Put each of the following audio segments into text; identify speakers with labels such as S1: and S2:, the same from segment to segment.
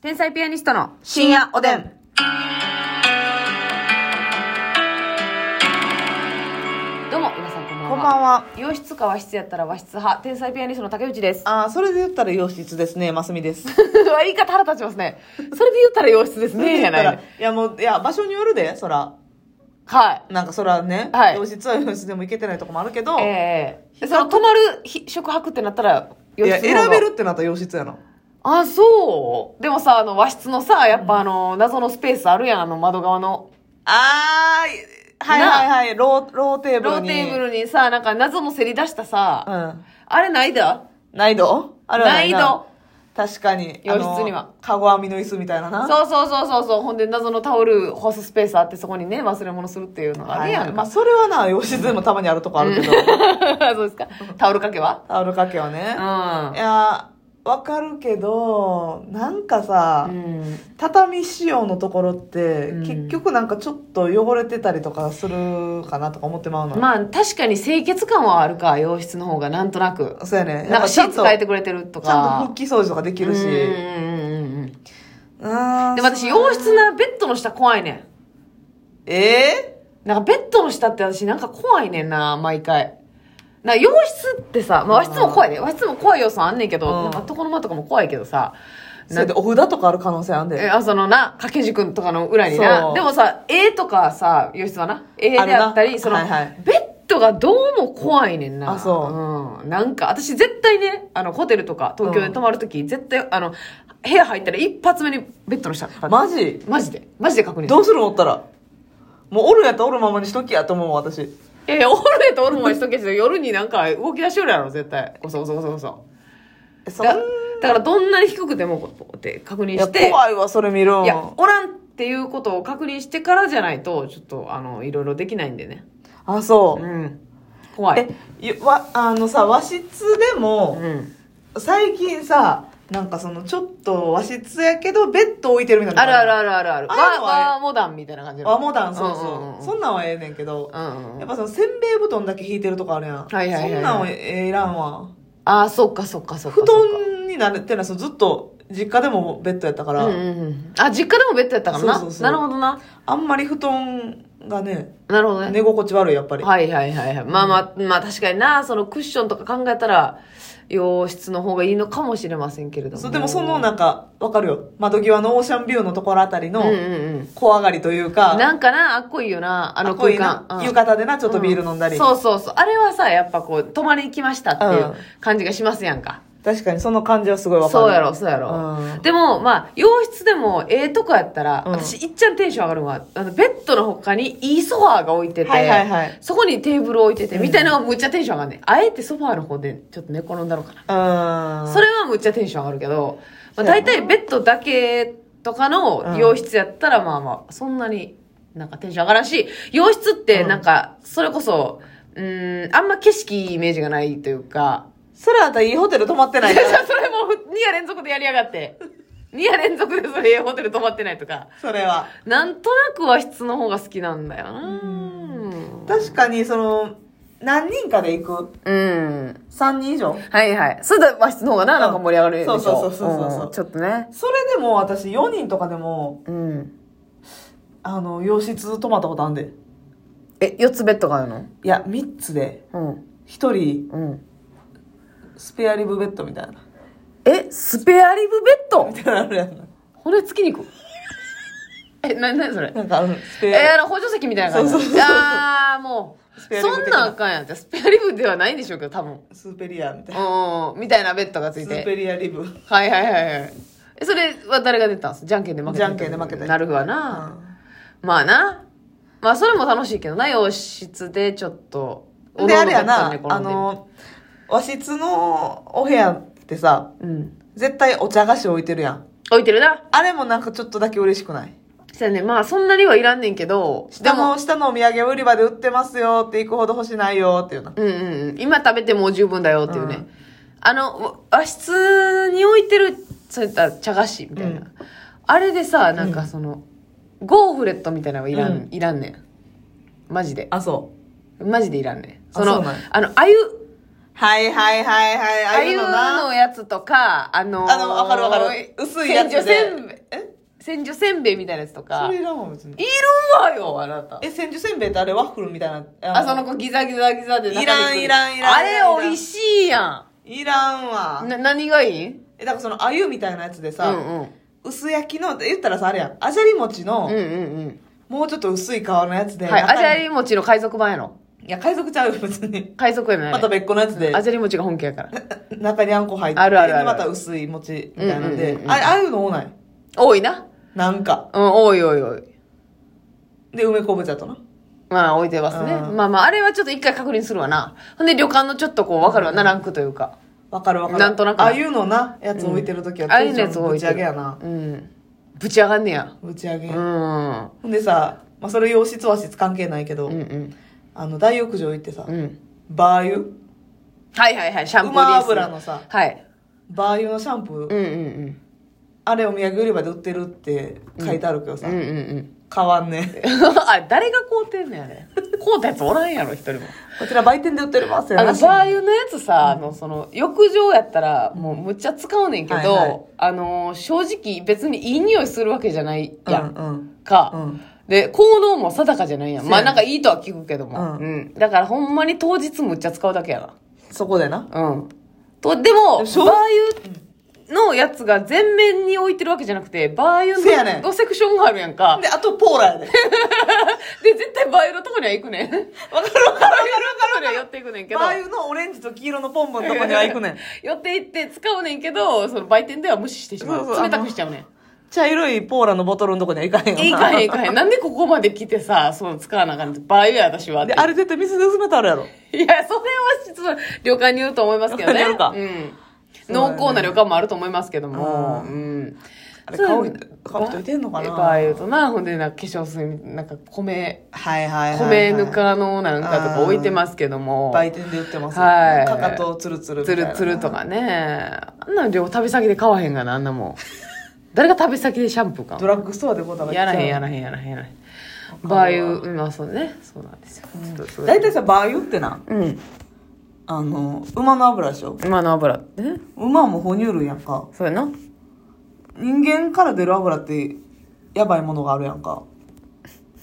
S1: 天才ピアニストの深夜おでん。どうも、皆さんこんばんは。
S2: こんばんは。
S1: 洋室か和室やったら和室派、天才ピアニストの竹内 です。
S2: ああ、それで言ったら洋室ですね、ますみ です。
S1: 言い方腹立ちますね。それで言ったら洋室ですね、や
S2: だか
S1: ないね。
S2: らいやもう、いや、場所によるで、そら。
S1: は
S2: なんかそらね、
S1: はい
S2: 洋室は洋室でも行けてないとこもあるけど、
S1: い。ええその泊まる日宿泊ってなったら、洋
S2: いや、
S1: 室の方が
S2: 選べるってなったら洋室やな。
S1: あ、そう。でもさ、あの、和室のさ、やっぱあの、謎のスペースあるやん、あの、窓側の。
S2: あー、はい
S1: な
S2: はいはい、ロー、ローテーブ
S1: ロ
S2: ル
S1: ー
S2: に。
S1: テーブルにさ、なんか謎のせり出したさ、
S2: うん。
S1: あれないだ
S2: 難易度あれはないな
S1: 難易度。
S2: 確かに。
S1: 洋室には
S2: あの。カゴ編みの椅子みたいなな。う。
S1: そうそうそうそうそう。ほんで、謎のタオル干すスペースあって、そこにね、忘れ物するっていうのがあ
S2: あ
S1: る
S2: れ
S1: や
S2: や
S1: んか。
S2: ん。まあ、それはな、洋室でもたまにあるとこあるけど。
S1: そうですか。タオルかけは
S2: タオルかけはね。い
S1: うん。
S2: や、わかるけど、なんかさ、
S1: うん。
S2: 畳仕様のところって、
S1: うん
S2: 結局なんかちょっと汚れてたりとかするかなとか思ってまうの、
S1: まあ、確かに清潔感はあるか、洋室の方が、なんとなく。
S2: そうやね
S1: なんかシーツ変えて
S2: く
S1: くれてると
S2: ちゃんと
S1: か
S2: 拭。き掃除とかできるし
S1: うんうんうんうんうん。
S2: うん
S1: でも私、洋室ならベッドの下怖いねん。
S2: え
S1: なんかベッドの下って私なんか怖いねんな、毎回。なんか洋室ってさ、まあ、和室も怖いね。和室も怖い要素あんねんけど、
S2: うん
S1: なんか床の間とかも怖いけどさ。
S2: ー、それでお札とかある可能性あん
S1: え
S2: で
S1: あそのな掛け軸とかの裏にな
S2: そう
S1: でもさ絵とかさ洋室はな絵であった
S2: ある
S1: り
S2: な
S1: その、
S2: はいはい
S1: ベッドがどうも怖いねんな、
S2: あそう
S1: ん、なんか私絶対ねあのホテルとか東京で泊まるとき、絶対あの部屋入ったら一発目にベッドの下か
S2: マジ
S1: マジでマジで確認
S2: どうするのおったらもうおるんやったらおるままにしときやと思うわ私
S1: いやいやオールデーとオールマンしとけし夜になんか動き出しよるやろ絶対こそこそこそこそ
S2: えそん
S1: だだからどんなに低くてもこうこうって確認
S2: いや
S1: して
S2: 怖いわそれ見るん
S1: いやおらんっていうことを確認してからじゃないとちょっとあのいろいろできないんでね
S2: あそうう、
S1: ん怖い
S2: えゆわあのさ和室でも、
S1: うん
S2: 最近さなんかそのちょっと和室やけどベッド置いてるみたいな
S1: あるある
S2: る
S1: あるあるある
S2: あるのはええ
S1: 和和モダンみたいな感じの
S2: 和モダンそう
S1: うんうんうん
S2: そうそんなんはええねんけど
S1: うんうんうん
S2: やっぱそのせんべい布団だけ引いてるとこあるやん
S1: はいはいはいはい
S2: そんなんはええらんわ
S1: ああそっかそっかそっかそ
S2: 布
S1: っか
S2: 団になれてないそのずっと実家でもベッドやったから
S1: うんうんうんあ実家でもベッドやったからな
S2: そうそうそう
S1: なるほどな
S2: あんまり布団がね
S1: なるほどね
S2: 寝心地悪いやっぱり
S1: はいはいはいはい。まあまあ、まあ確かにな、そのクッションとか考えたら、洋室の方がいいのかもしれませんけれども。
S2: そうでもそのなんかわかるよ窓際のオーシャンビューのところあたり
S1: うん
S2: の
S1: うんうん。
S2: 小上がりというか
S1: なんかな、あっこいいよな、あの
S2: かっこい
S1: 空
S2: いな
S1: 間。うん
S2: 浴衣でなちょっとビール飲んだり
S1: そうそうそう。あれはさ、やっぱこう、泊まりに来ましたっていううん感じがしますやんか。
S2: 確かにその感じはすごいわかる
S1: そうやろ、そうやろ。
S2: うん
S1: でも、まあ、洋室でも、ええとこやったら、
S2: うん
S1: 私、いっちゃんテンション上がるのは、あの、ベッドの他にいいソファーが置いてて、
S2: はいはいはい
S1: そこにテーブル置いてて、みたいなのがむっちゃテンション上がるねん。あえてソファーの方でちょっと寝転んだろうかな。
S2: うん
S1: それはむっちゃテンション上がるけど、まあ、
S2: そうや
S1: 大
S2: な
S1: 体ベッドだけとか
S2: う
S1: の
S2: ん
S1: 洋室やったら、まあまあ、そんなになんかテンション上がらんし、洋室ってなんか、それこそ、うーん、あんま景色いいイメージがないというか、
S2: それあんたいいホテル泊まってな い
S1: そ
S2: か
S1: れも
S2: ら
S1: 2夜連続でやりやがって。2夜連続でそれホテル泊まってないとか。
S2: それは
S1: なんとなく和室の方が好きなんだよな。
S2: 確かにその何人かで行く
S1: うん。
S2: 3人以上
S1: はいはい。それだ和室の方がな、なんか盛り上がるでしょ。
S2: うんそうそうそうそうそう
S1: うんちょっとね。
S2: それでも私4人とかでも
S1: うん。
S2: あの洋室泊まったことあんで
S1: え、4つベッドがあるの
S2: いや3つで
S1: うん。
S2: 1人
S1: うん。
S2: スペアリブベッドみたいな
S1: え、スペアリブベッド
S2: みたいなのあるやん
S1: 骨付き肉え、な、なにそれ
S2: なんかあるス
S1: え
S2: ペ
S1: ー、
S2: ア
S1: あの補助席みたいな感じ
S2: そうそうそう
S1: あー、もう。
S2: スペアリブ
S1: そん
S2: 的な
S1: なんあかんやんじゃあ。スペアリブではないんでしょうけど、多分。
S2: スペリアみたいな
S1: うん、みたいなベッドがつい
S2: ス
S1: て。
S2: ペリアリブ
S1: はいはいはいはい。えそれは誰が出たんすじゃんけんで負けた。
S2: じゃんけんで負けた
S1: なるわな、まあな。まあそれも楽しいけどな、洋室でちょっと。
S2: であれや
S1: おのおの
S2: な
S1: ベッドに寝
S2: あ
S1: 転んで
S2: の和室のお部屋ってさ
S1: うん。
S2: 絶対お茶菓子置いてるやん
S1: 置いてるな。
S2: あれもなんかちょっとだけ嬉しくない
S1: そうやね。まあそんなにはいらんねんけど。
S2: 下の、下のお土産売り場で売ってますよって行くほど欲しないよっていうな。
S1: うんうんうん、今食べてもう十分だよっていうね、
S2: うん
S1: あのわ和室に置いてるそういった茶菓子みたいな、
S2: うん
S1: あれでさなんかその、ゴーフレットみたいなのはいらん、
S2: うん
S1: いらんねんマジで
S2: あ、そう。
S1: マジでいらんねん
S2: あ
S1: その
S2: そ
S1: あ
S2: うなんや
S1: のあゆ
S2: はいはいはいはい。あ
S1: あ
S2: あい
S1: ゆ
S2: うのな。
S1: のやつとかあのー
S2: あのわかるわかる薄いやつで
S1: せんべい千住せんべいみたいなやつとか
S2: それいらんわ別に
S1: いるわよあなた
S2: え千住せんべいってあれワッフルみたいな
S1: あその子ギザギザギザで中に来る
S2: いらんいらんいらん
S1: あれ美味しいや
S2: いらんわ
S1: んな何がいい
S2: えだからその鮎みたいなやつでさ、
S1: うんうん
S2: 薄焼きの言ったらさあれやんあじゃり餅の、
S1: うんうん
S2: もうちょっと薄い皮のやつ
S1: う
S2: で
S1: んはい
S2: 中
S1: あ
S2: に
S1: じゃり餅の海賊版やろ
S2: いや海賊ちゃうよ別に
S1: 海賊やね
S2: また別個のやつで、
S1: あじゃり餅が本家やから
S2: 中にあんこ入って
S1: あるあるある
S2: でまた薄い餅みたいなんで、
S1: うんうんうんうん
S2: あああいうの多ない
S1: 多いな
S2: なんか
S1: うん多い多い多い
S2: で梅昆布茶とな
S1: まあ置いてますね
S2: うん
S1: まあまああれはちょっと一回確認するわなほんで旅館のちょっとこう分かるわなランクというか
S2: わかるわかる
S1: なんとなく
S2: ああいうのなやつ置いてる時は、
S1: うんああいうのやつ置いてる
S2: ぶち上げやな
S1: うんぶち上がんねや
S2: ぶち上げ、
S1: うんうん
S2: ほんでさ、まあ、それ洋室和室関係ないけど、
S1: うん
S2: あの大浴場行ってさ、
S1: うん
S2: バー油
S1: はいはいはいシャンプーリース
S2: 馬油のさ
S1: はい
S2: バー油のシャンプー、
S1: うんうんうん
S2: あれお土産売り場で売ってるって書いてあるけどさ、
S1: うんうん
S2: 買わんね
S1: うん あ誰が買うてんねんあれ買うたやつおらんやろ一人も
S2: こちら売店で売ってるますよ
S1: あのバー油のやつさ、あのその浴場やったらもうむっちゃ使うねんけど、
S2: はいはい
S1: あの正直別にいい匂いするわけじゃないやん
S2: うん
S1: か、
S2: うんうん
S1: で効能も定かじゃないやん
S2: そう
S1: まあ
S2: やね
S1: なんかいいとは聞くけども、
S2: うん
S1: うんだからほんまに当日むっちゃ使うだけや
S2: そこでな
S1: なうんとでもバ
S2: でも
S1: ー
S2: 正
S1: 油のやつが全面に置いてるわけじゃなくてバー
S2: そうやね
S1: 油
S2: ん
S1: のセクションがあるやんか
S2: であとポーラやでわか
S1: で絶対バー油のとこには行くねんバー
S2: るわかるわかる
S1: 油のとこには寄っていくねんけど
S2: バー油のオレンジと黄色のポンポンのとこには行くねん
S1: 寄って行って使うねんけどその売店では無視してしまう
S2: そうそう
S1: 冷たくしちゃうね
S2: 茶色いポーラのボトルのとこには行かへん
S1: ん
S2: よない
S1: かへんいかへんなんでここまで来てさその使わなあかんのバーや私はっ
S2: で
S1: て
S2: あれ絶対水で薄めてあるやろ
S1: いやそれはちょっと旅館に言うと思いますけどね
S2: 旅館に
S1: う
S2: そ
S1: ん
S2: うだ
S1: 濃厚
S2: ね
S1: な旅館もあると思いますけども
S2: あー
S1: うん
S2: あれ顔
S1: そう
S2: 顔人いてんのかな
S1: バー油となほんでなんか化粧水なんか米
S2: はいはいはい、はい、
S1: 米ぬかのなんかとか置いてますけども
S2: 売店で売ってますよ
S1: はい
S2: かかとつるつるみた
S1: つ
S2: いな
S1: るつるとかねあんな量旅先で買わへんがなあんな もん誰が旅先でシャンプーか
S2: ドラッグストアでこうだから
S1: やらへんやら
S2: ら
S1: へんやらへんやらへん
S2: わか
S1: バ
S2: る
S1: ー
S2: わ
S1: 油うんまあそうねそうなんですよちょっとそれ
S2: 大体さバー油ってな
S1: うん
S2: あの馬の油でしょ
S1: 今の油ってね
S2: 馬も哺乳類やんか
S1: そうやな
S2: 人間から出る油ってやばいものがあるやんか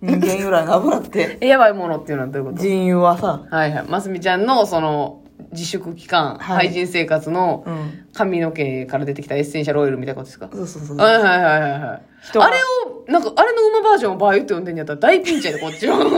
S2: 人間由来の油って
S1: えやばいものっていうのはどういうこ
S2: 人油はさ、
S1: とはいはいますみちゃんのその自粛期間、
S2: は
S1: 廃
S2: い
S1: 人生活の
S2: うん、
S1: 髪の毛から出てきたエッセンシャルオイルみたいなことですか、
S2: そうそうそう
S1: はいはいはいはいはい
S2: 人は
S1: あれをなんかあれの馬バージョンをバー油って呼んでんやったら大ピンチやでこっちは あれの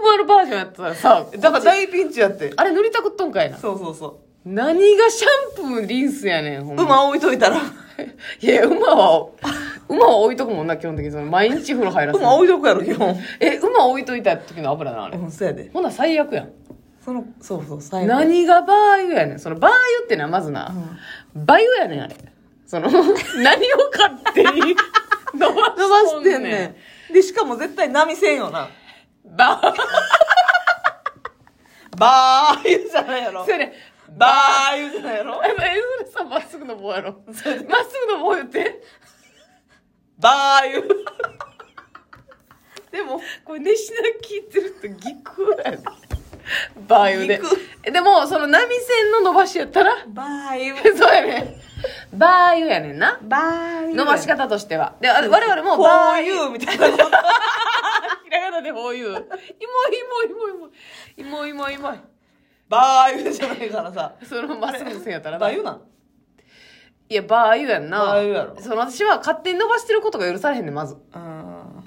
S1: 馬のバージョンやったらさ
S2: だから大ピンチやって
S1: あれ塗りたくっとんかいな
S2: そうそうそ
S1: 何がシャンプーリンスやねんほん
S2: う
S1: ま
S2: 馬置いといたら
S1: いや、馬は、馬は置いとくもんな、基本的に。その毎日風呂入らせる
S2: 馬置いとくやろ基本
S1: え、馬置いといた時の油な、あれ。
S2: うんそうやで
S1: ほな、最悪やん。
S2: そのそうそう最後
S1: 何がバー油やねん。そのバー油ってのはまずな、バ油やねん、あれ。その、何 を買って伸 ば
S2: 伸ばし
S1: して
S2: て
S1: ん
S2: ん
S1: ね。
S2: ねんでしかも絶対波せんよなん
S1: バー
S2: バー油じゃないやろ
S1: 油やねん。
S2: バー油じゃないやろ
S1: え、それさ、まっすぐの棒やろ。まっすぐの棒言って。
S2: バー油
S1: でも、これ、熱しな聞いてるとぎくやねバー油で
S2: ぎく。
S1: えでも、その波線の伸ばしやったら、
S2: バー油
S1: そうやねん。バー油やねんな。
S2: バー油
S1: 伸ばし方としては。で、あ我々も
S2: こ
S1: バー
S2: う
S1: 油。
S2: いうみたいなこと
S1: ひらがなでこういう。いもいもいもいもい。いもいもいも
S2: バー油じゃないからさ
S1: い。そのまっすぐ線やったら
S2: バ
S1: な。
S2: ー
S1: い
S2: 油なん
S1: や、バー油やんな。
S2: バー油やろ
S1: その私は勝手に伸ばしてることが許されへんねん、まず。
S2: うん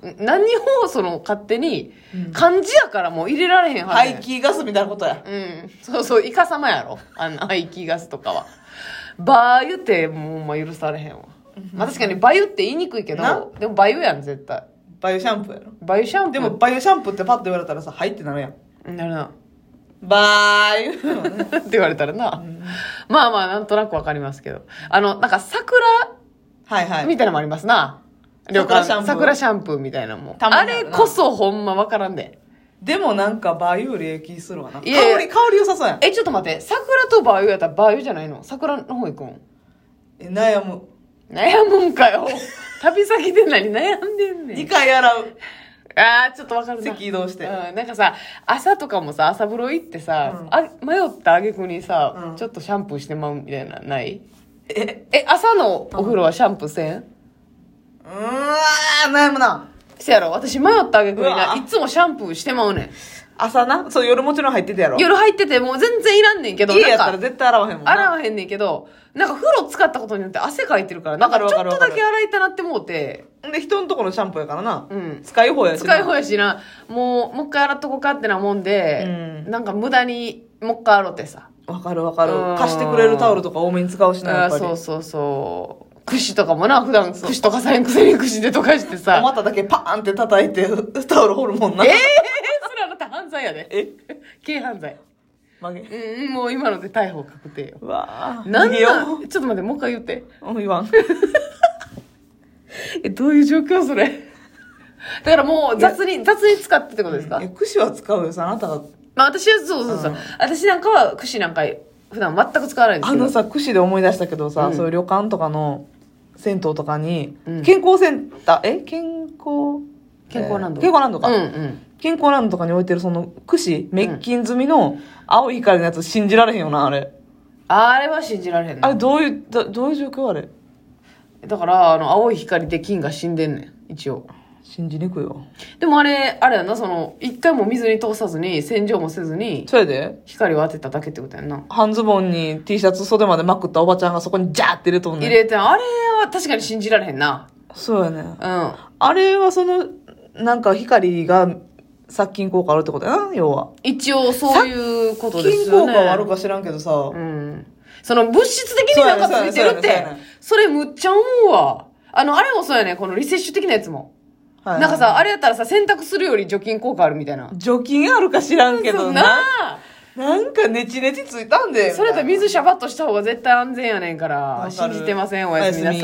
S1: ん何をその勝手に、漢字やからもう入れられへんはずやね
S2: 排
S1: ん
S2: 気ガスみたいなことや
S1: うん。そうそう、イカ様やろ。あの、排気ガスとかは。バー油ってもうほんま許されへんわ。まあ確かに、バ油って言いにくいけ
S2: な
S1: ど、でもバ油やん、絶対。
S2: バー油シャンプーやろ
S1: バイオシャンプー
S2: でもバー油シャンプーってパッと言われたらさ「はい」ってなるやん
S1: なるな
S2: バー油
S1: って言われたらな、まあまあなんとなくわかりますけどあのなんか桜
S2: はいはい
S1: みたいなのもありますな、
S2: 桜シャンプー
S1: 桜シャンプーみたいなのも
S2: たま
S1: あ
S2: にあ
S1: れ
S2: るな
S1: こそほんまわからんで
S2: でもなんかバー油よりええ気するわない
S1: やいや
S2: 香り香り良さそうやん
S1: えちょっと待って桜とバイオやったらバイオじゃないの桜の方行くん
S2: え悩む
S1: 悩むんか よ旅先で何悩んでんね
S2: 2
S1: ん
S2: 回洗う
S1: あーちょっとわかるな
S2: 席移動して
S1: うん、なんかさ朝とかもさ朝風呂行ってさ、
S2: うん
S1: あ迷った挙句にさ、
S2: うん
S1: ちょっとシャンプーしてまうみたいなない
S2: え
S1: え朝のお風呂はシャンプーせん、
S2: うわー、悩むな。
S1: せやろ私迷ったあげくに
S2: うわ
S1: ないつもシャンプーしてまうねん
S2: 朝な、そう、夜もちろん入ってたやろ。
S1: 夜入っててもう全然いらんねんけど
S2: 家やった
S1: な
S2: ら
S1: んか
S2: 絶対洗わへんもんな。
S1: 洗わへんねんけどなんか風呂使ったことによって汗かいてるからなんかちょっ
S2: わかるわ
S1: と
S2: か
S1: だ
S2: る
S1: け洗いたなってもうて
S2: で、人のところのシャンプーやからな。
S1: うん
S2: 使い方やしな。
S1: 使い方やしなもうもう一回洗っとこうかってなもんで、
S2: うん
S1: なんか無駄にもう一回洗ってさ
S2: わかるわかる
S1: うん。
S2: 貸してくれるタオルとか多めに使うしな、や
S1: あ
S2: っぱ
S1: ー
S2: り。
S1: そうそうそう櫛とかもな普段櫛とかさへんくせに櫛でとかしてさ
S2: お股だけパーンって叩いて、 タオル掘るもん な。
S1: ええー、それあなた犯罪やで
S2: え
S1: 軽犯罪
S2: 曲げ。
S1: うんうんもう今ので逮捕確定よ
S2: うわぁ。
S1: なん
S2: 逃げよ
S1: なんちょっと待ってもう一回言って
S2: う。うん言わん。
S1: えどういう状況それだからもう雑に雑に使ってってことですか、
S2: え、櫛は使うよ、さ、あなたが。
S1: まあ私はそうそうそう、
S2: うん
S1: 私なんかは櫛なんか普段全く使わないんです
S2: あ
S1: けど
S2: のさ、櫛で思い出したけどさ、
S1: うん
S2: そういう旅館とかの銭湯とかに、
S1: うん
S2: 健康センター、え健康、
S1: 健康ランド、
S2: えー健康ランドか。
S1: うんうん
S2: 健康ランドとかに置いてるその櫛、滅菌済みの青い光のやつ信じられへんよな、あれ。
S1: あれは信じられへんな
S2: あれどういう、どどういう状況あれ。
S1: だからあの青い光で金が死んでんねん一応
S2: 信じにくいわ。
S1: でもあれあれやんなその一回も水に通さずに洗浄もせずに
S2: それで、
S1: 光を当てただけってことやんな
S2: 半ズボンに T シャツ袖までまくったおばちゃんがそこにジャーって入れとんね
S1: 入
S2: ん。
S1: れてあれは確かに信じられへんな
S2: そうやね。
S1: うん
S2: あれはその、なんか光が殺菌効果あるってことやな、要は。
S1: 一応そういうことで
S2: 殺
S1: す
S2: 菌
S1: よ
S2: 効
S1: ね
S2: 果はあるか知らんけどさ、
S1: うんその物質的になんかついてるっ
S2: そうやねそうやねそう
S1: て
S2: やね
S1: それむっちゃ思うわあのあれもそうやねこのリセッシュ的なやつも
S2: はい
S1: なんかさあれやったらさ洗濯するより除菌効果あるみたいな
S2: 除菌あるか知らんけど
S1: な
S2: な。
S1: あ
S2: なんかネチネチついたんで。
S1: それやったら
S2: みたいな
S1: 水シャバッとした方が絶対安全やねんから
S2: わか
S1: 信
S2: る
S1: じてませんおやすみなさい